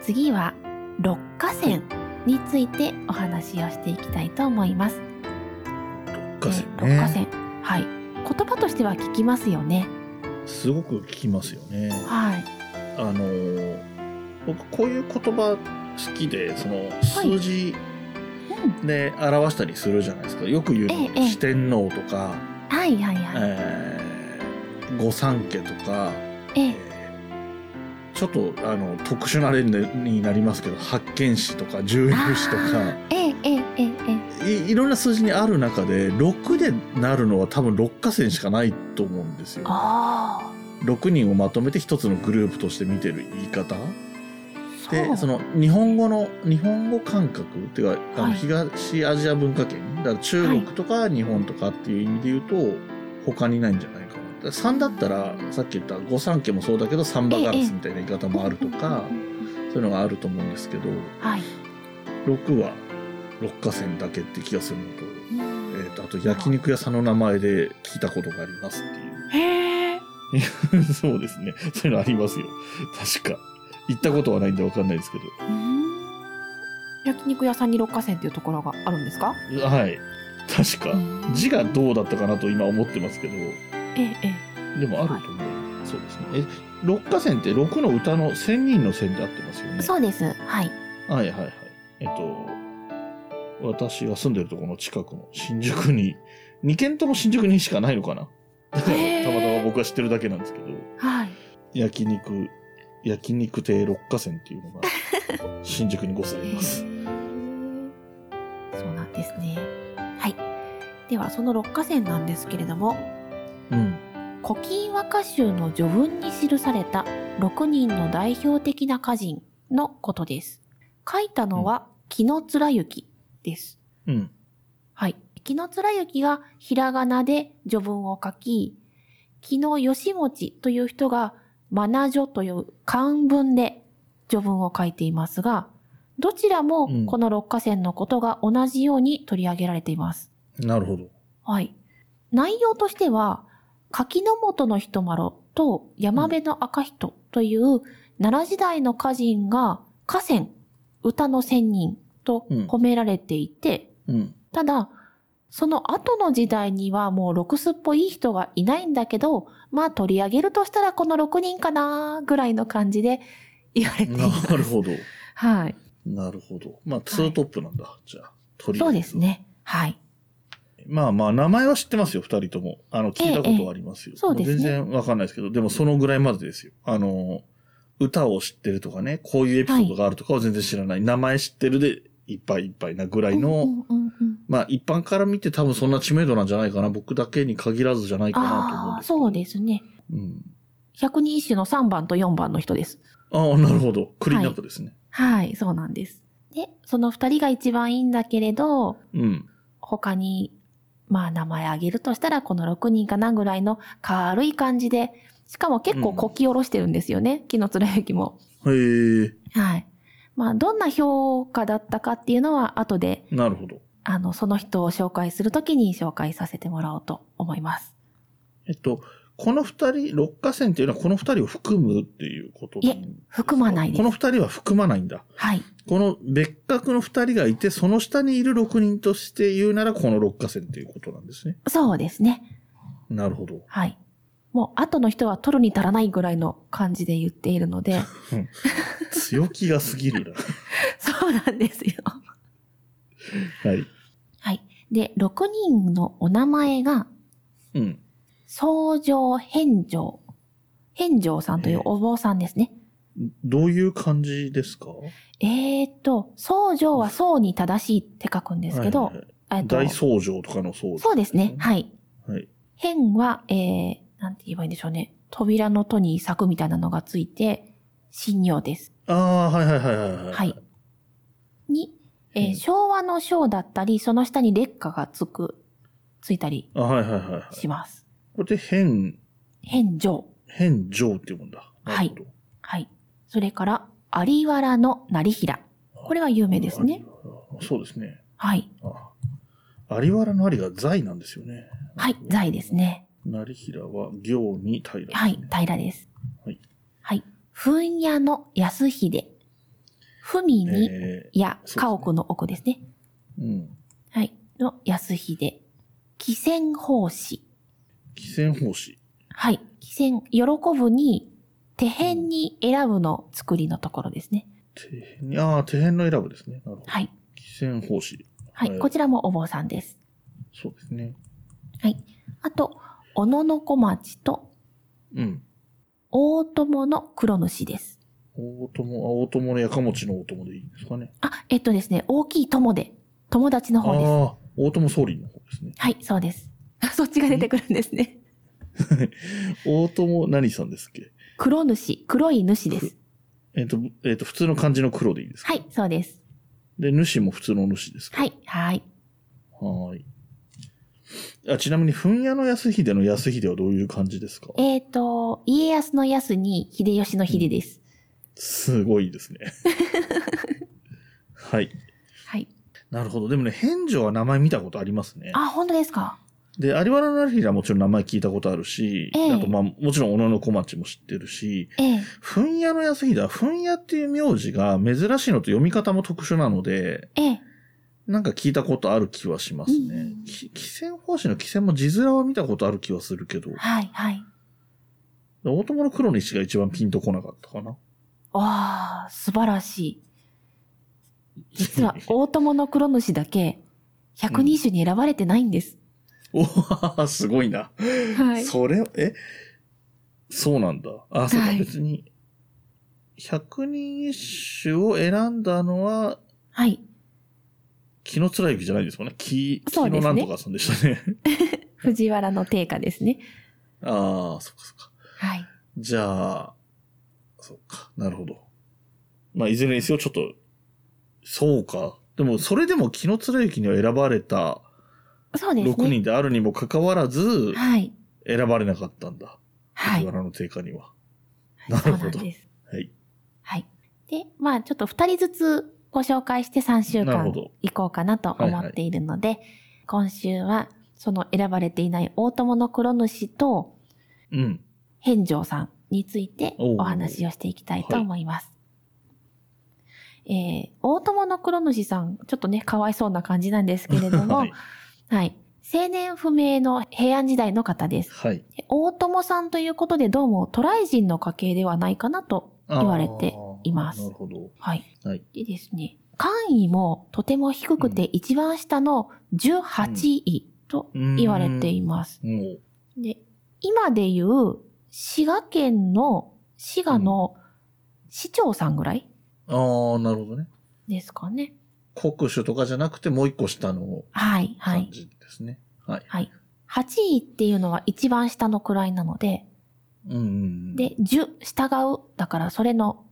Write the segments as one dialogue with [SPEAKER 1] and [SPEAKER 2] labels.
[SPEAKER 1] 次は六花線についてお話をしていきたいと思います。
[SPEAKER 2] 六花線
[SPEAKER 1] えー六花
[SPEAKER 2] ね。
[SPEAKER 1] 線。はい。言葉としては聞きますよね。
[SPEAKER 2] すごく聞きますよね。
[SPEAKER 1] はい。
[SPEAKER 2] あのー僕こういう言葉好きでその数字
[SPEAKER 1] うん。
[SPEAKER 2] で表したりするじゃないですか。よく言う
[SPEAKER 1] ええええ
[SPEAKER 2] 四天王とか、
[SPEAKER 1] はいはいはい。
[SPEAKER 2] えー御三家とか、
[SPEAKER 1] ええ
[SPEAKER 2] えーちょっとあの特殊な例になりますけど八犬士とか十
[SPEAKER 1] あ
[SPEAKER 2] 勇士とか
[SPEAKER 1] ー。ええええええええ
[SPEAKER 2] いいろんな数字にある中で6でなるのは多分六花線しかないと思うんですよ。
[SPEAKER 1] あ
[SPEAKER 2] 6人をまとめて一つのグループとして見てる言い方
[SPEAKER 1] あ。。
[SPEAKER 2] でそうの日本語の日本語感覚っていうか、あ
[SPEAKER 1] はい
[SPEAKER 2] の東アジア文化圏だから中国とか日本とかっていう意味で言うと、他にないんじゃないかなだから3だったらさっき言った御三家もそうだけど三馬ガラスみたいな言い方もあるとか、
[SPEAKER 1] うんうんうんうん
[SPEAKER 2] そういうのがあると思うんですけど
[SPEAKER 1] はい。
[SPEAKER 2] 6は六花線だけって気がするのと,、え
[SPEAKER 1] うん
[SPEAKER 2] ーとあと焼肉屋さんの名前で聞いたことがありますっていう。
[SPEAKER 1] へえ。
[SPEAKER 2] そうですね。そういうのありますよ。確か。行ったことはないんでわかんないですけど。
[SPEAKER 1] うん焼肉屋さんに六花線っていうところがあるんですか？
[SPEAKER 2] はい。確か。
[SPEAKER 1] うん
[SPEAKER 2] 字がどうだったかなと今思ってますけど、
[SPEAKER 1] ええええ。
[SPEAKER 2] でもあると思う。そうですね。え、六花線って六の歌の千人の線で合ってますよね。
[SPEAKER 1] そうです。はい。
[SPEAKER 2] はいはいはい。えっと、私が住んでるところの近くの新宿に、二軒とも新宿にしかないのかなだから
[SPEAKER 1] へー
[SPEAKER 2] たまたま僕は知ってるだけなんですけど、
[SPEAKER 1] はい。
[SPEAKER 2] 焼肉、焼肉亭六花線っていう のが新宿にございます。
[SPEAKER 1] そうなんですね。はい。では、その六花線なんですけれども、
[SPEAKER 2] うん。
[SPEAKER 1] 古今和歌集の序文に記された6人の代表的な歌人のことです。書いたのは、紀貫之です。
[SPEAKER 2] うん。
[SPEAKER 1] はい。紀貫之がひらがなで序文を書き、紀野義持という人が、マナジョという漢文で序文を書いていますが、どちらも
[SPEAKER 2] うん
[SPEAKER 1] この六花線のことが同じように取り上げられています。
[SPEAKER 2] なるほど。
[SPEAKER 1] はい。内容としては、柿の本の人まろと山辺の赤人という奈良時代の歌人が歌川、歌の仙人と褒められていて、
[SPEAKER 2] うん。
[SPEAKER 1] ただ、その後の時代にはもう6すっぽいい人がいないんだけど、まあ取り上げるとしたらこの6人かなぐらいの感じで言われてい
[SPEAKER 2] な
[SPEAKER 1] ます。
[SPEAKER 2] るほど。
[SPEAKER 1] はい。
[SPEAKER 2] なるほど。まあ、ツートップなんだ。じゃあ、とりあ
[SPEAKER 1] そ
[SPEAKER 2] え
[SPEAKER 1] う
[SPEAKER 2] ず
[SPEAKER 1] です。ね。はい。
[SPEAKER 2] まあまあ、名前は知ってますよ、二人とも。あの、聞いたことはあります
[SPEAKER 1] え
[SPEAKER 2] よ。
[SPEAKER 1] えそうですね
[SPEAKER 2] 全然わかんないですけど、でもそのぐらいまでですよ。あの、歌を知ってるとかね、こういうエピソードがあるとかは全然知らない。名前知ってるで、いっぱいいっぱいなぐらいの、
[SPEAKER 1] うんうんうんうん
[SPEAKER 2] まあ、一般から見て多分そんな知名度なんじゃないかな。僕だけに限らずじゃないかなと思うん
[SPEAKER 1] ああー、
[SPEAKER 2] ですけど。
[SPEAKER 1] そうですね。
[SPEAKER 2] うん。
[SPEAKER 1] 百人一首の3番と4番の人です。
[SPEAKER 2] ああ、なるほど。クリーンアップですね。
[SPEAKER 1] はい、そうなんです。で、その二人が一番いいんだけれど、
[SPEAKER 2] うん。
[SPEAKER 1] 他に、まあ名前あげるとしたらこの6人かなぐらいの軽い感じで、しかも結構こき下ろしてるんですよね、紀貫之も。
[SPEAKER 2] へえ、
[SPEAKER 1] はい。まあどんな評価だったかっていうのは後で、
[SPEAKER 2] なるほど。
[SPEAKER 1] あの、その人を紹介するときに紹介させてもらおうと思います。
[SPEAKER 2] えっと、この二人、六花線っていうのはこの二人を含むっていうことなんですか
[SPEAKER 1] 含まないです
[SPEAKER 2] この二人は含まないんだ。
[SPEAKER 1] はい。
[SPEAKER 2] この別格の二人がいて、その下にいる六人として言うならこの六花線っていうことなんですね。
[SPEAKER 1] そうですね。
[SPEAKER 2] なるほど。
[SPEAKER 1] はい。もう後の人は取るに足らないぐらいの感じで言っている ので、
[SPEAKER 2] 強気が過ぎ る
[SPEAKER 1] そうなんですよ。
[SPEAKER 2] な。はい。
[SPEAKER 1] はい。で、6人のお名前が、
[SPEAKER 2] うん。
[SPEAKER 1] 宗城返上。返上さんというお坊さんですね。
[SPEAKER 2] どういう感じですか
[SPEAKER 1] えーっと、宗城は宗に正しいって書くんですけど、
[SPEAKER 2] はいはい
[SPEAKER 1] えーっと
[SPEAKER 2] 大僧正とかの僧
[SPEAKER 1] そうですね。はい。
[SPEAKER 2] はい。
[SPEAKER 1] 変は、えー、なんて言えばいいんでしょうね。扉の戸に咲くみたいなのがついて、信用です。
[SPEAKER 2] ああ、はいはいはいはいはい。
[SPEAKER 1] はい。に、えー
[SPEAKER 2] うん
[SPEAKER 1] 昭和の章だったり、その下に劣化がつく、ついたり
[SPEAKER 2] あはいはいはいはい。
[SPEAKER 1] します。
[SPEAKER 2] これで変、
[SPEAKER 1] 返上。
[SPEAKER 2] 変上って言うんだ。なるほど。
[SPEAKER 1] はい。それから、有原の成平。これは有名ですね。
[SPEAKER 2] あ。そうですね。
[SPEAKER 1] はい。
[SPEAKER 2] あ有原の有が財なんですよね。
[SPEAKER 1] はい。在ですね。
[SPEAKER 2] 成平は行に平ですね、
[SPEAKER 1] はい。平です。
[SPEAKER 2] はい。
[SPEAKER 1] はい。ふんやの安秀。文に、
[SPEAKER 2] え
[SPEAKER 1] いや、
[SPEAKER 2] そうですね
[SPEAKER 1] 家屋の奥ですね。
[SPEAKER 2] ーうん。
[SPEAKER 1] はい。の安秀。貴船奉仕。
[SPEAKER 2] 貴船奉仕。
[SPEAKER 1] はい。貴船、喜ぶに、手辺に選ぶの作りのところですね。
[SPEAKER 2] 手辺に、ああ、手辺の選ぶですね。なるほど。
[SPEAKER 1] はい。
[SPEAKER 2] 貴船奉仕。
[SPEAKER 1] は
[SPEAKER 2] はい
[SPEAKER 1] い。こちらもお坊さんです。
[SPEAKER 2] そうですね。
[SPEAKER 1] あと、小野の小町と、
[SPEAKER 2] うん。
[SPEAKER 1] 大友の黒主です。
[SPEAKER 2] 大友、あ、大友のやかもちの大友でいいですかね。
[SPEAKER 1] あ、えっとですね、大きい友で、友達の
[SPEAKER 2] ああ
[SPEAKER 1] 方です。
[SPEAKER 2] ー、大友総理の方ですね。
[SPEAKER 1] はい、そうです。そっちが出てくるんですね。
[SPEAKER 2] 大友何さんですっけ
[SPEAKER 1] 黒主、黒い主です。
[SPEAKER 2] えっ、と、えっ、と、普通の漢字の黒でいいですか
[SPEAKER 1] はい、そうです。
[SPEAKER 2] で、主も普通の主ですか
[SPEAKER 1] はい、はい。
[SPEAKER 2] はーい。あ、ちなみに、噴屋の安秀の安秀はどういう感じですか
[SPEAKER 1] えっ、と、家康の康に秀吉の秀です。
[SPEAKER 2] すごいですね。はい。
[SPEAKER 1] はい。
[SPEAKER 2] なるほど。でもね、返上は名前見たことありますね。
[SPEAKER 1] あ、本当ですか
[SPEAKER 2] で、有原成秀はもちろん名前聞いたことあるし、
[SPEAKER 1] ええ
[SPEAKER 2] あとまあ、もちろん小野の小町も知ってるし、
[SPEAKER 1] ええ
[SPEAKER 2] 噴屋の安秀は、噴屋っていう名字が珍しいのと読み方も特殊なので、
[SPEAKER 1] ええ
[SPEAKER 2] なんか聞いたことある気はします
[SPEAKER 1] う
[SPEAKER 2] ね
[SPEAKER 1] ん。
[SPEAKER 2] き汽船奉仕の汽船も字面は見たことある気はするけど、
[SPEAKER 1] はい、はい。
[SPEAKER 2] 大友の黒西が一番ピンとこなかったかな。
[SPEAKER 1] わあ、素晴らしい。実 は、大友の黒主だけ、百人種に選ばれてないんです。
[SPEAKER 2] おーすごいな。
[SPEAKER 1] はい。
[SPEAKER 2] それ、え、そうなんだ。あ、そうか、
[SPEAKER 1] はい
[SPEAKER 2] 別に。百人一首を選んだのは、
[SPEAKER 1] はい。
[SPEAKER 2] 木の貫之じゃないですもんね。木、木
[SPEAKER 1] そうで
[SPEAKER 2] の
[SPEAKER 1] すね
[SPEAKER 2] なんとかさんでしたね。
[SPEAKER 1] 藤原の定価ですね。
[SPEAKER 2] ああ、そっかそっか。
[SPEAKER 1] はい。
[SPEAKER 2] じゃあ、そっか、なるほど。まあ、いずれにせよ、ちょっと、そうか。でも、それでも木の貫之には選ばれた
[SPEAKER 1] そうですね。
[SPEAKER 2] 6人であるにもかかわらず、
[SPEAKER 1] はい。
[SPEAKER 2] 選ばれなかったんだ。
[SPEAKER 1] はい。
[SPEAKER 2] 藤原の定価には。
[SPEAKER 1] は
[SPEAKER 2] ない
[SPEAKER 1] そ
[SPEAKER 2] る
[SPEAKER 1] う
[SPEAKER 2] ほど
[SPEAKER 1] なんです。
[SPEAKER 2] はい。
[SPEAKER 1] はい。で、まあ、ちょっと2人ずつご紹介して3週
[SPEAKER 2] なるほ
[SPEAKER 1] 間
[SPEAKER 2] ど
[SPEAKER 1] 行こうかなと思っているので、今週は、その選ばれていない大友の黒主と、
[SPEAKER 2] うん。
[SPEAKER 1] 返上さんについて
[SPEAKER 2] おー
[SPEAKER 1] お話をしていきたいと思います。えー、大友の黒主さん、ちょっとね、かわいそうな感じなんですけれども、
[SPEAKER 2] は
[SPEAKER 1] はいい、。青年不明の平安時代の方です。
[SPEAKER 2] はい。
[SPEAKER 1] で大友さんということで、どうも渡来人の家系ではないかなと言われています
[SPEAKER 2] あーなるほど。
[SPEAKER 1] はい。
[SPEAKER 2] はい
[SPEAKER 1] でですね、官位もとても低くて一番下の18位と言われています。
[SPEAKER 2] も、
[SPEAKER 1] で、今で言う滋賀県の滋賀の市長さんぐらいう
[SPEAKER 2] ああ、なるほどね。
[SPEAKER 1] ですかね。
[SPEAKER 2] 国主とかじゃなくて、もう一個下の
[SPEAKER 1] はい、は
[SPEAKER 2] 感
[SPEAKER 1] い。
[SPEAKER 2] じですね。はい。
[SPEAKER 1] 8位っていうのは一番下の位なので、
[SPEAKER 2] うんうんうん。
[SPEAKER 1] で、10、従う。だからそれの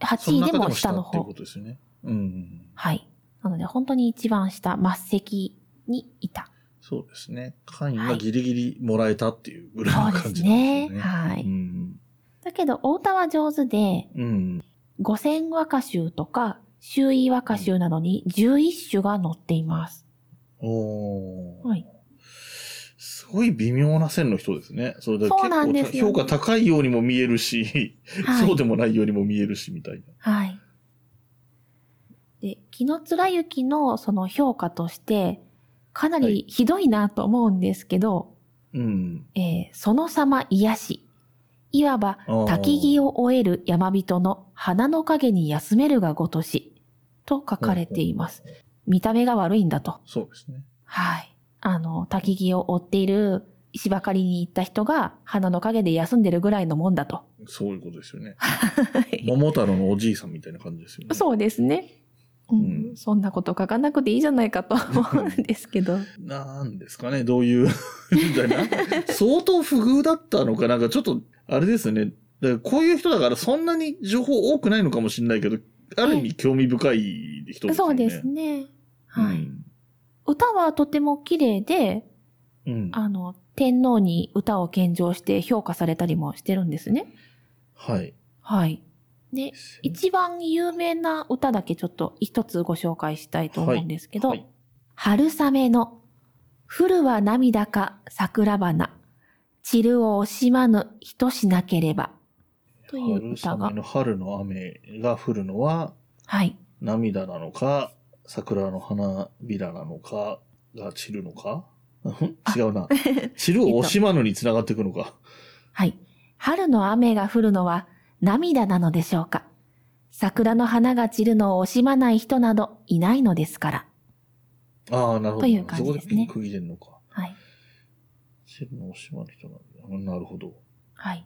[SPEAKER 2] そ
[SPEAKER 1] 8位
[SPEAKER 2] の中
[SPEAKER 1] で
[SPEAKER 2] で
[SPEAKER 1] も
[SPEAKER 2] も下
[SPEAKER 1] 下の
[SPEAKER 2] の方。って
[SPEAKER 1] 方
[SPEAKER 2] こ。とですよね。うんうんうん。
[SPEAKER 1] はい。なので本当に一番下、末席にいた。
[SPEAKER 2] そうですね。会員がギリギリもらえたっていうぐらい
[SPEAKER 1] そう
[SPEAKER 2] の
[SPEAKER 1] で
[SPEAKER 2] 感
[SPEAKER 1] す
[SPEAKER 2] じなん
[SPEAKER 1] ね。
[SPEAKER 2] ですよね。
[SPEAKER 1] は
[SPEAKER 2] う
[SPEAKER 1] い。
[SPEAKER 2] ん
[SPEAKER 1] だけど、太田は上手で、
[SPEAKER 2] うん。うん。
[SPEAKER 1] 五千和歌集とか、周囲和歌集などに11種が載っています。
[SPEAKER 2] おー
[SPEAKER 1] はい。
[SPEAKER 2] すごい微妙な線の人ですね。それだけ
[SPEAKER 1] そうなんですよ
[SPEAKER 2] 評価高いようにも見えるし、
[SPEAKER 1] はい
[SPEAKER 2] そうでもないようにも見えるし、みたいな。
[SPEAKER 1] はい。で、紀野貫之のその評価として、かな
[SPEAKER 2] はい
[SPEAKER 1] りひどいなと思うんですけど、
[SPEAKER 2] うん。
[SPEAKER 1] えーその様癒し。いわば、
[SPEAKER 2] あー
[SPEAKER 1] 焚木を終える山人の花の陰に休めるがごとし、と書かれています。見た目が悪いんだと。
[SPEAKER 2] そうですね。
[SPEAKER 1] はい。あの、焚木を追っている芝刈りに行った人が花の陰で休んでるぐらいのもんだと。
[SPEAKER 2] そういうことですよね。
[SPEAKER 1] はい
[SPEAKER 2] 桃太郎のおじいさんみたいな感じですよね。
[SPEAKER 1] そうですね。うん
[SPEAKER 2] うん
[SPEAKER 1] そんなこと書かなくていいじゃないかと思うんですけど。
[SPEAKER 2] なんですかね、どういう みたいな。相当不遇だったのかなんかちょっと、あれですね。だからこういう人だからそんなに情報多くないのかもしれないけど、ある意味興味深い人です
[SPEAKER 1] そ
[SPEAKER 2] よ
[SPEAKER 1] う
[SPEAKER 2] ね。
[SPEAKER 1] ですね。はい。
[SPEAKER 2] うん
[SPEAKER 1] 歌はとても綺麗で、
[SPEAKER 2] うん。
[SPEAKER 1] あの、天皇に歌を献上して評価されたりもしてるんですね。
[SPEAKER 2] はい。
[SPEAKER 1] はい。で、一番有名な歌だけちょっと一つご紹介したいと思うんですけど、
[SPEAKER 2] はい
[SPEAKER 1] 春雨の、降るは涙か桜花、散るを惜しまぬ人しなければ、という歌
[SPEAKER 2] 春
[SPEAKER 1] が
[SPEAKER 2] 雨、の春の雨が降るのは、
[SPEAKER 1] はい。
[SPEAKER 2] 涙なのか、桜の花びらなのかが散るのか ん違う な。散るを惜しまぬに繋がっていくのか。
[SPEAKER 1] はい。春の雨が降るのは涙なのでしょうか桜の花が散るのを惜しまない人などいないのですから。
[SPEAKER 2] ああ、なるほど。
[SPEAKER 1] という感じですね
[SPEAKER 2] そこで区切れるのか。
[SPEAKER 1] はい。
[SPEAKER 2] 散るの惜しまぬ人なんだ。なるほど。
[SPEAKER 1] はい。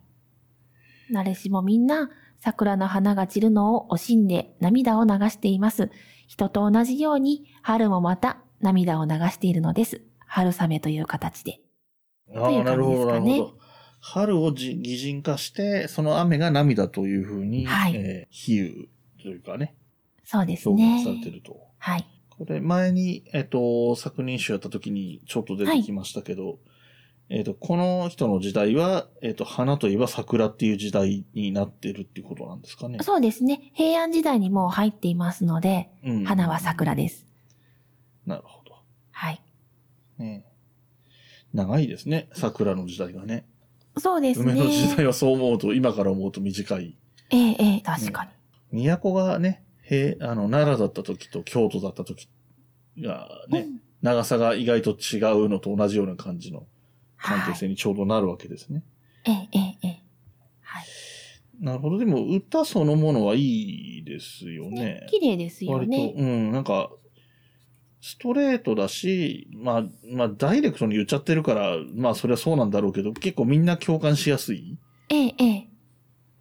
[SPEAKER 1] 誰しもみんな桜の花が散るのを惜しんで涙を流しています。人と同じように春もまた涙を流しているのです。春雨という形で。
[SPEAKER 2] あ
[SPEAKER 1] とい
[SPEAKER 2] あ、
[SPEAKER 1] う
[SPEAKER 2] なるほど、なる
[SPEAKER 1] 感じ
[SPEAKER 2] ほ
[SPEAKER 1] ですかね
[SPEAKER 2] ど。春をじ擬人化して、その雨が涙というふうに、
[SPEAKER 1] はい
[SPEAKER 2] えー比喩というかね、
[SPEAKER 1] そうです
[SPEAKER 2] 表
[SPEAKER 1] ね
[SPEAKER 2] 現さ。れてると。
[SPEAKER 1] はい。
[SPEAKER 2] これ前に、えっと、作人集やった時にちょっと出てきましたけど、えっと、この人の時代は、えっと、花といえば桜っていう時代になってるっていうことなんですかね。
[SPEAKER 1] そうですね。平安時代にもう入っていますので、
[SPEAKER 2] うん
[SPEAKER 1] 花は。桜です。
[SPEAKER 2] なるほど。
[SPEAKER 1] はい。
[SPEAKER 2] ね長いですね、桜の時代がね。
[SPEAKER 1] そうです
[SPEAKER 2] 梅の時
[SPEAKER 1] ね。
[SPEAKER 2] 代はそう思うと、今から思うと短い。
[SPEAKER 1] ええ、ええ、確かに。
[SPEAKER 2] 都がね、へあの、奈良だった時と京都だった時がね、
[SPEAKER 1] うん
[SPEAKER 2] 長さが意外と違うのと同じような感じの関係
[SPEAKER 1] はい
[SPEAKER 2] 性にちょうどなるわけですね。
[SPEAKER 1] ええ、ええ、ええ。はい。
[SPEAKER 2] なるほど。でも、歌そのものはいいですよね
[SPEAKER 1] ね。綺麗ですよ
[SPEAKER 2] 割
[SPEAKER 1] ね
[SPEAKER 2] と、。うん、なんか、ストレートだし、まあ、まあ、ダイレクトに言っちゃってるから、まあ、それはそうなんだろうけど、結構みんな共感しやすい
[SPEAKER 1] ええ、ええ。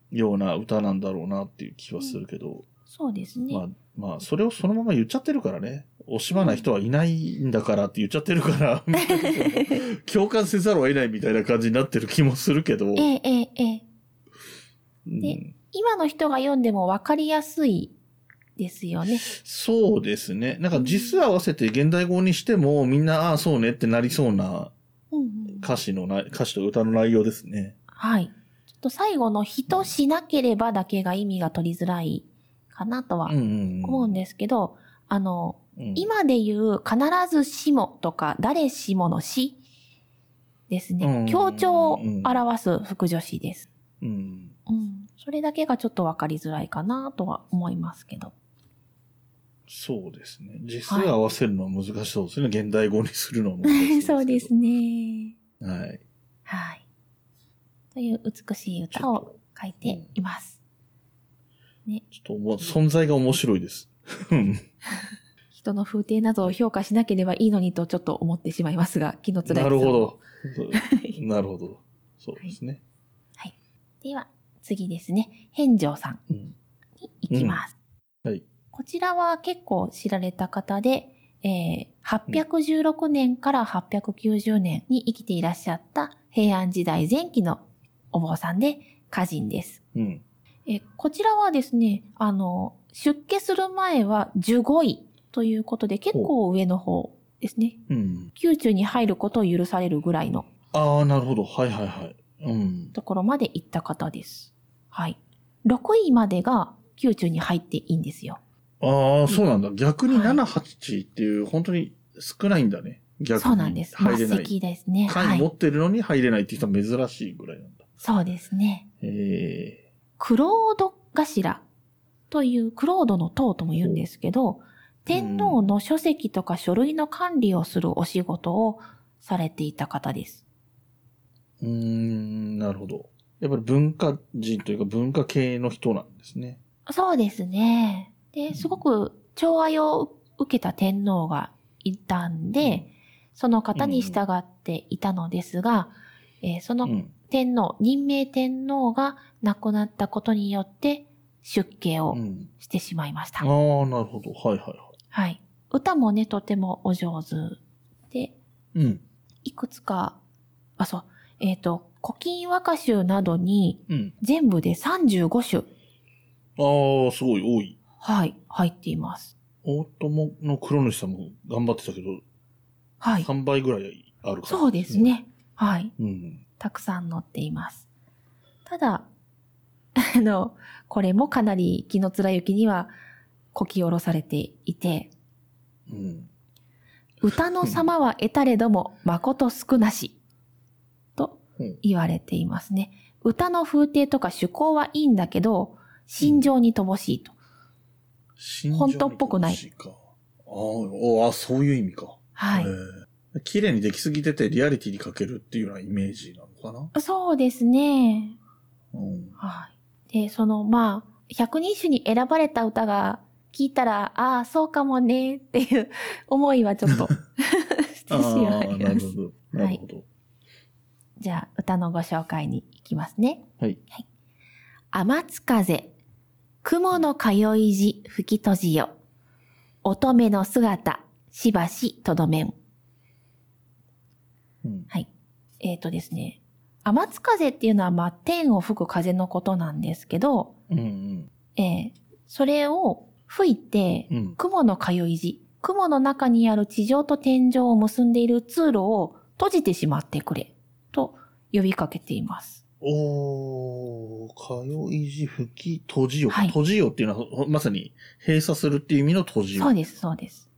[SPEAKER 2] ような歌なんだろうなっていう気はするけど、
[SPEAKER 1] そうですね。
[SPEAKER 2] まあ、まあ、それをそのまま言っちゃってるからね、惜しまない人はいないんだからって言っちゃってるから、 共感せざるを得ないみたいな感じになってる気もするけど、
[SPEAKER 1] ええ、ええ、ええ。
[SPEAKER 2] うん
[SPEAKER 1] 今の人が読んでも分かりやすいですよね。
[SPEAKER 2] そうですね。なんか実合わせて現代語にしても、みんな、ああ、そうねってなりそうな
[SPEAKER 1] うん
[SPEAKER 2] 歌詞のな、歌詞と歌の内容ですね。
[SPEAKER 1] はい。ちょっと最後の人しなければだけが意味が取りづらいかなとは
[SPEAKER 2] うんうん、うん。
[SPEAKER 1] 思うんですけど、あの、
[SPEAKER 2] うん
[SPEAKER 1] 今で言う必ずしもとか誰しものしですね。
[SPEAKER 2] うん
[SPEAKER 1] 強調を表す副助詞です。
[SPEAKER 2] うん。
[SPEAKER 1] うん。それだけがちょっと分かりづらいかなとは思いますけど。
[SPEAKER 2] そうですね。実合わせるのは難しそうですね。現代語にするのも
[SPEAKER 1] そうです
[SPEAKER 2] ね。
[SPEAKER 1] ね。
[SPEAKER 2] はい。
[SPEAKER 1] はい。という美しい歌を書いています。
[SPEAKER 2] ちょっともう存在が面白いです。うん
[SPEAKER 1] 人の風景などを評価しなければいいのにとちょっと思ってしまいますが、気の辛い
[SPEAKER 2] なるほ
[SPEAKER 1] ど。
[SPEAKER 2] ど。なるほど。そうですね。
[SPEAKER 1] では、次ですね。返上さん
[SPEAKER 2] うん
[SPEAKER 1] に行きます。
[SPEAKER 2] うんはい
[SPEAKER 1] こちらは結構知られた方で、えー816年から890年に生きていらっしゃった平安時代前期のお坊さんで、歌人です。
[SPEAKER 2] うん。
[SPEAKER 1] えー、こちらはですね、あの、出家する前は15位ということで、結構上の方ですね。
[SPEAKER 2] うん。
[SPEAKER 1] 宮中に入ることを許されるぐらいの
[SPEAKER 2] ああ、なるほど。はいはいはい。うん。
[SPEAKER 1] ところまで行った方です。はい。6位までが宮中に入っていいんですよ。
[SPEAKER 2] ああ、そうなんだ。逆に
[SPEAKER 1] はい
[SPEAKER 2] 7、8っていう、本当に少ないんだね。逆に。
[SPEAKER 1] そうなんです。
[SPEAKER 2] 入れ
[SPEAKER 1] 末
[SPEAKER 2] ない。
[SPEAKER 1] 席ですね。は
[SPEAKER 2] 単位持
[SPEAKER 1] い。
[SPEAKER 2] ってるのに入れないって人は珍しいぐらいなんだ。
[SPEAKER 1] そうですね。
[SPEAKER 2] え
[SPEAKER 1] クロード頭という、クロードの塔とも言うんですけど、天皇の書籍とか書類の管理をするお仕事をされていた方です。
[SPEAKER 2] えー。うーん、なるほど。やっぱり文化人というか文化系の人なんですね。
[SPEAKER 1] そうですね。
[SPEAKER 2] うん
[SPEAKER 1] で、すごく寵愛を受けた天皇がいたんで、その方に従っていたのですが、えーそうの
[SPEAKER 2] ん。
[SPEAKER 1] 天皇、任命天皇が亡くなったことによって出家
[SPEAKER 2] う
[SPEAKER 1] を
[SPEAKER 2] ん、
[SPEAKER 1] してしまいました。
[SPEAKER 2] ああ、なるほど。はいはいは
[SPEAKER 1] はい。歌もね、とてもお上手で、
[SPEAKER 2] い。うん。
[SPEAKER 1] いくつか、あ、そう、えっ、と、古今和歌集などに
[SPEAKER 2] うん。
[SPEAKER 1] 全部で35首、
[SPEAKER 2] ああ、すごい多い。
[SPEAKER 1] はい、入っています。
[SPEAKER 2] 大友の黒主さんも頑張ってたけど、
[SPEAKER 1] はい。
[SPEAKER 2] 3倍ぐらいあるから、
[SPEAKER 1] そうです。ね。はい。
[SPEAKER 2] うん。
[SPEAKER 1] たくさん載っています。ただ、 あの、これもかなり紀貫之にはこき下ろされていて、
[SPEAKER 2] うん。
[SPEAKER 1] 歌の様は得たれども、誠少なし、と言われていますね。歌の風景とか趣向はいいんだけど、心情に乏しいと。
[SPEAKER 2] 信条
[SPEAKER 1] 本当っぽくない
[SPEAKER 2] の歌詞かあーあ、そういう意味か。
[SPEAKER 1] は
[SPEAKER 2] へ
[SPEAKER 1] い。
[SPEAKER 2] ー綺麗にできすぎててリアリティにかけるっていうようなイメージなのかな。
[SPEAKER 1] そうですね。
[SPEAKER 2] うん。
[SPEAKER 1] はい。で、その、まあ、百人種に選ばれた歌が聞いたら、ああ、そうかもね、っていう思いはちょっとしてし
[SPEAKER 2] あ
[SPEAKER 1] ま
[SPEAKER 2] あ、
[SPEAKER 1] い
[SPEAKER 2] な
[SPEAKER 1] ま
[SPEAKER 2] る
[SPEAKER 1] す
[SPEAKER 2] ほ。 ど。なるほど。
[SPEAKER 1] じゃあ、歌のご紹介に行きますね。
[SPEAKER 2] はい。
[SPEAKER 1] 天津風、雲の通い時吹き閉じよ。乙女の姿、しばしとどめん。
[SPEAKER 2] うん。
[SPEAKER 1] えっ、とですね。天津風っていうのは、まあ、天を吹く風のことなんですけど、
[SPEAKER 2] うんうん。
[SPEAKER 1] えーそれを吹いて、
[SPEAKER 2] うん。
[SPEAKER 1] 雲の通い地、雲の中にある地上と天井を結んでいる通路を閉じてしまってくれ、と呼びかけています。
[SPEAKER 2] おー、通い字吹き閉じよ。
[SPEAKER 1] はい
[SPEAKER 2] 閉じよっていうのは、ほまさに閉鎖するっていう意味の閉じよ。
[SPEAKER 1] そうです、そうです。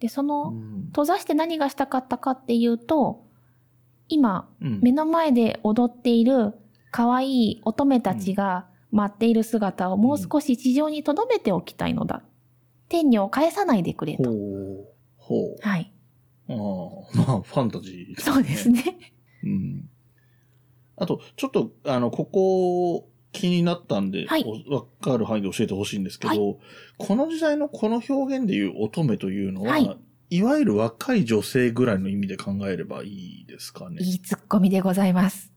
[SPEAKER 1] で、そうの、
[SPEAKER 2] ん
[SPEAKER 1] 閉ざして何がしたかったかっていうと、今、
[SPEAKER 2] うん
[SPEAKER 1] 目の前で踊っている可愛い乙女たちが待っている姿をもう少し地上に留めておきたいのだ。天女を返さないでくれ
[SPEAKER 2] ほ
[SPEAKER 1] と。
[SPEAKER 2] う。ほう。
[SPEAKER 1] はい。
[SPEAKER 2] ああ、まあ、ファンタジー、
[SPEAKER 1] そうです。ね。
[SPEAKER 2] うん。あと、ちょっと、あの、ここ、気になったんで、
[SPEAKER 1] はい
[SPEAKER 2] おわかる範囲で教えてほしいんですけど、
[SPEAKER 1] はい
[SPEAKER 2] この時代のこの表現でいう乙女というのは、
[SPEAKER 1] はいい、
[SPEAKER 2] わゆる若い女性ぐらいの意味で考えればいいですかね。
[SPEAKER 1] いいツッコミでございます。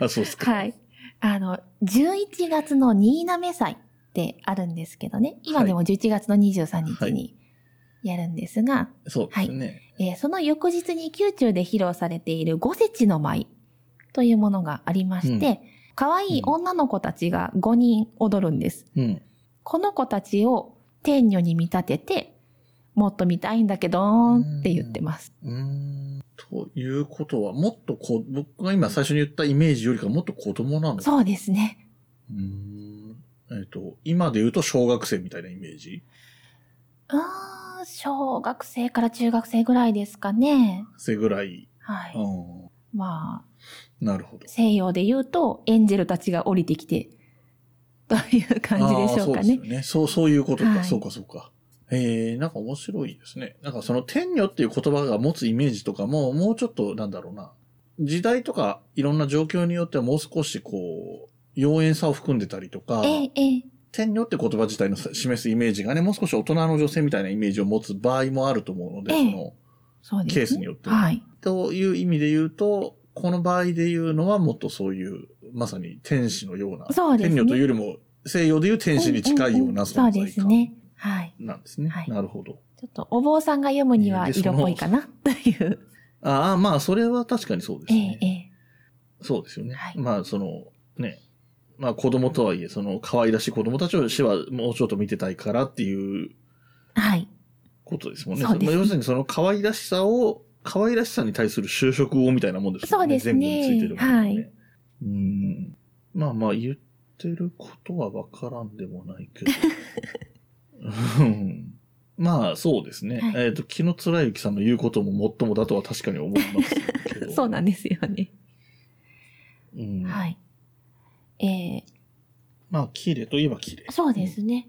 [SPEAKER 2] あ そうですか。
[SPEAKER 1] はい。あの、11月の新滑祭ってあるんですけどね、今でも11月の23日にやるんですが、
[SPEAKER 2] そうですね。
[SPEAKER 1] えーその翌日に宮中で披露されている五節の舞というものがありまして、可愛い女の子たちが5人踊るんです。
[SPEAKER 2] うん。
[SPEAKER 1] この子たちを天女に見立てて、もっと見たいんだけどーんって言ってます。
[SPEAKER 2] うーんということは、もっとこ、僕が今最初に言ったイメージよりかもっと子供なの
[SPEAKER 1] そうですね。
[SPEAKER 2] うーん。えっ、と、今で言うと小学生みたいなイメージ
[SPEAKER 1] あー小学生から中学生ぐらいですかね。
[SPEAKER 2] 生ぐらい。
[SPEAKER 1] はい。
[SPEAKER 2] うん。
[SPEAKER 1] ま
[SPEAKER 2] なるほ
[SPEAKER 1] あ、
[SPEAKER 2] ど。
[SPEAKER 1] 西洋で言うと、エンジェルたちが降りてきて、という感じでしょうか
[SPEAKER 2] あーそう
[SPEAKER 1] ね
[SPEAKER 2] で。すよね。そう、そういうことか。
[SPEAKER 1] はい
[SPEAKER 2] そうか、そうか。えー、なんか面白いですね。なんかその天女っていう言葉が持つイメージとかも、もうちょっと、なんだろうな。時代とかいろんな状況によってはもう少しこう、妖艶さを含んでたりとか、
[SPEAKER 1] ええ、ええ、
[SPEAKER 2] 天女って言葉自体の示すイメージがね、もう少し大人の女性みたいなイメージを持つ場合もあると思うので、
[SPEAKER 1] ええ
[SPEAKER 2] その、
[SPEAKER 1] そうです、
[SPEAKER 2] ケ
[SPEAKER 1] ね。
[SPEAKER 2] ースによっては
[SPEAKER 1] はい。
[SPEAKER 2] という意味で言うと、この場合で言うのはもっとそういう、まさに天使のような、
[SPEAKER 1] そうです
[SPEAKER 2] 天
[SPEAKER 1] ね
[SPEAKER 2] 女というよりも西洋でいう天使に近いような存在
[SPEAKER 1] そ
[SPEAKER 2] 感
[SPEAKER 1] うですね。はい。
[SPEAKER 2] なんですね。
[SPEAKER 1] はい
[SPEAKER 2] なるほど。
[SPEAKER 1] ちょっと、お坊さんが読むには色っぽいかな、という。
[SPEAKER 2] ああ、まあ、それは確かにそうです
[SPEAKER 1] え
[SPEAKER 2] ね
[SPEAKER 1] え。、え
[SPEAKER 2] そうですよね。
[SPEAKER 1] はい
[SPEAKER 2] まあ、その、ね、まあ、子供とはいえ、その、可愛らしい子供たちを死はもうちょっと見てたいからっていう
[SPEAKER 1] え、はい。
[SPEAKER 2] ことですもんね。
[SPEAKER 1] そうですね
[SPEAKER 2] まあ要するに、その可愛らしさを、可愛らしさに対する就職をみたいなもんですよね。
[SPEAKER 1] そうですね
[SPEAKER 2] 前後についてるもの
[SPEAKER 1] はいう
[SPEAKER 2] ーん。まあまあ、言ってることはわからんでもないけど。うんまあ、そうですね。
[SPEAKER 1] はい
[SPEAKER 2] えっ、と、木野貫之さんの言うことももっともだとは確かに思いますけ ど。
[SPEAKER 1] そうなんですよね。
[SPEAKER 2] うん
[SPEAKER 1] はい。ええ、
[SPEAKER 2] まあ、綺麗といえば綺麗。
[SPEAKER 1] そうですね。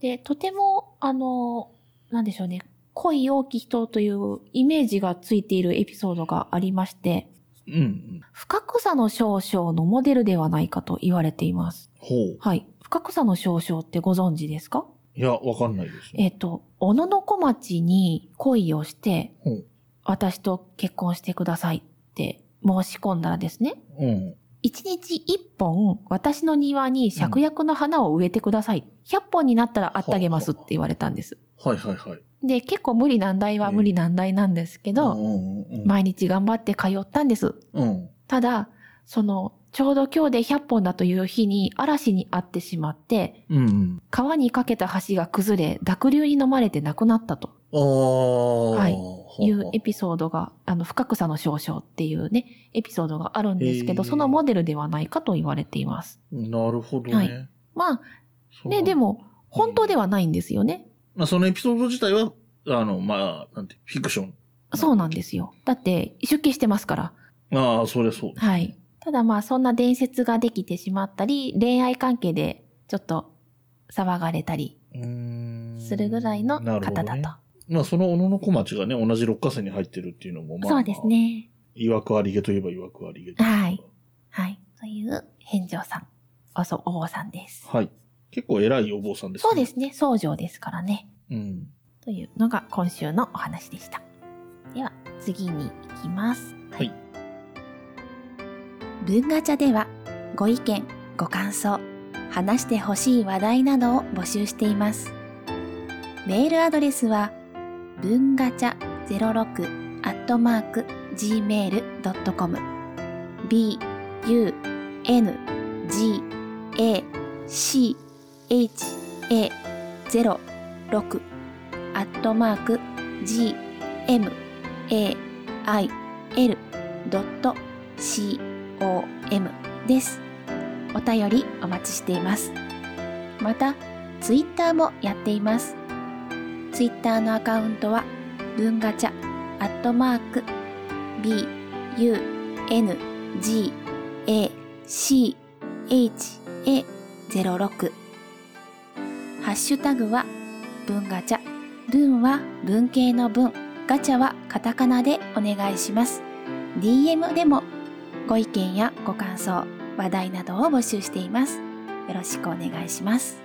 [SPEAKER 1] で、とても、あの、なんでしょうね。恋多き人というイメージがついているエピソードがありまして、
[SPEAKER 2] うんうん。
[SPEAKER 1] 深草の少々のモデルではないかと言われています。
[SPEAKER 2] ほう。
[SPEAKER 1] はい。深草の少々ってご存知ですか
[SPEAKER 2] いや、わかんないです、
[SPEAKER 1] えっ、と、小野の小町に恋をして
[SPEAKER 2] ほう、
[SPEAKER 1] 私と結婚してくださいって申し込んだらですね、
[SPEAKER 2] うん。
[SPEAKER 1] 一日一本私の庭に芍薬の花を植えてください。100本になったらあったげますって言われたんです。
[SPEAKER 2] はいはいはい。
[SPEAKER 1] で、結構無理難題は無理難題なんですけど、
[SPEAKER 2] うんうんうん。
[SPEAKER 1] 毎日頑張って通ったんです。
[SPEAKER 2] うん。
[SPEAKER 1] ただ、その、ちょうど今日で100本だという日に嵐に遭ってしまって、
[SPEAKER 2] うんうん。
[SPEAKER 1] 川に架けた橋が崩れ、濁流に飲まれて亡くなったと
[SPEAKER 2] ああ。
[SPEAKER 1] はい
[SPEAKER 2] い
[SPEAKER 1] いうエピソードが、あの、深草の少々っていうね、エピソードがあるんですけど、
[SPEAKER 2] へー
[SPEAKER 1] そのモデルではないかと言われています。
[SPEAKER 2] なるほどね。
[SPEAKER 1] はいまあ、
[SPEAKER 2] そう
[SPEAKER 1] ね、で。も、本当ではないんですよね。
[SPEAKER 2] まあ、そのエピソード自体は、あの、まあ、なんて、フィクション。
[SPEAKER 1] そうなんですよ。だって、出家してますから。
[SPEAKER 2] ああ、そりゃそう。
[SPEAKER 1] はい。ただまあ、そんな伝説ができてしまったり、恋愛関係で、ちょっと、騒がれたり
[SPEAKER 2] うん
[SPEAKER 1] するぐらいの
[SPEAKER 2] なるほど
[SPEAKER 1] 方だと。
[SPEAKER 2] ねまあ、その小野の小町がね、同じ六花線に入ってるっていうのも、まあ、
[SPEAKER 1] そうです。ね。
[SPEAKER 2] いわくありげといえばいわくありげですから
[SPEAKER 1] はい。はい。という、返上さん。あ、そう、お坊さんです。
[SPEAKER 2] はい。結構偉いお坊さんですね。
[SPEAKER 1] そうですね。僧正ですからね。
[SPEAKER 2] うん。
[SPEAKER 1] というのが今週のお話でした。では、次に行きます。
[SPEAKER 2] はい。
[SPEAKER 1] 文ガチャでは、ご意見、ご感想、話してほしい話題などを募集しています。メールアドレスは、文ガチャ06アットマーク gmail.com b, u, n, g, a, c, h, a 06アットマーク g, m, a, i, l, ドット c, o, m です。お便りお待ちしています。また、ツイッターもやっています。ツイッターのアカウントは、文ガチャアットマーク b, u, n, g, a, c, h, a, 06ハッシュタグは、文ガチャ。文は文系の文。ガチャはカタカナでお願いします。DM でもご意見やご感想、話題などを募集しています。よろしくお願いします。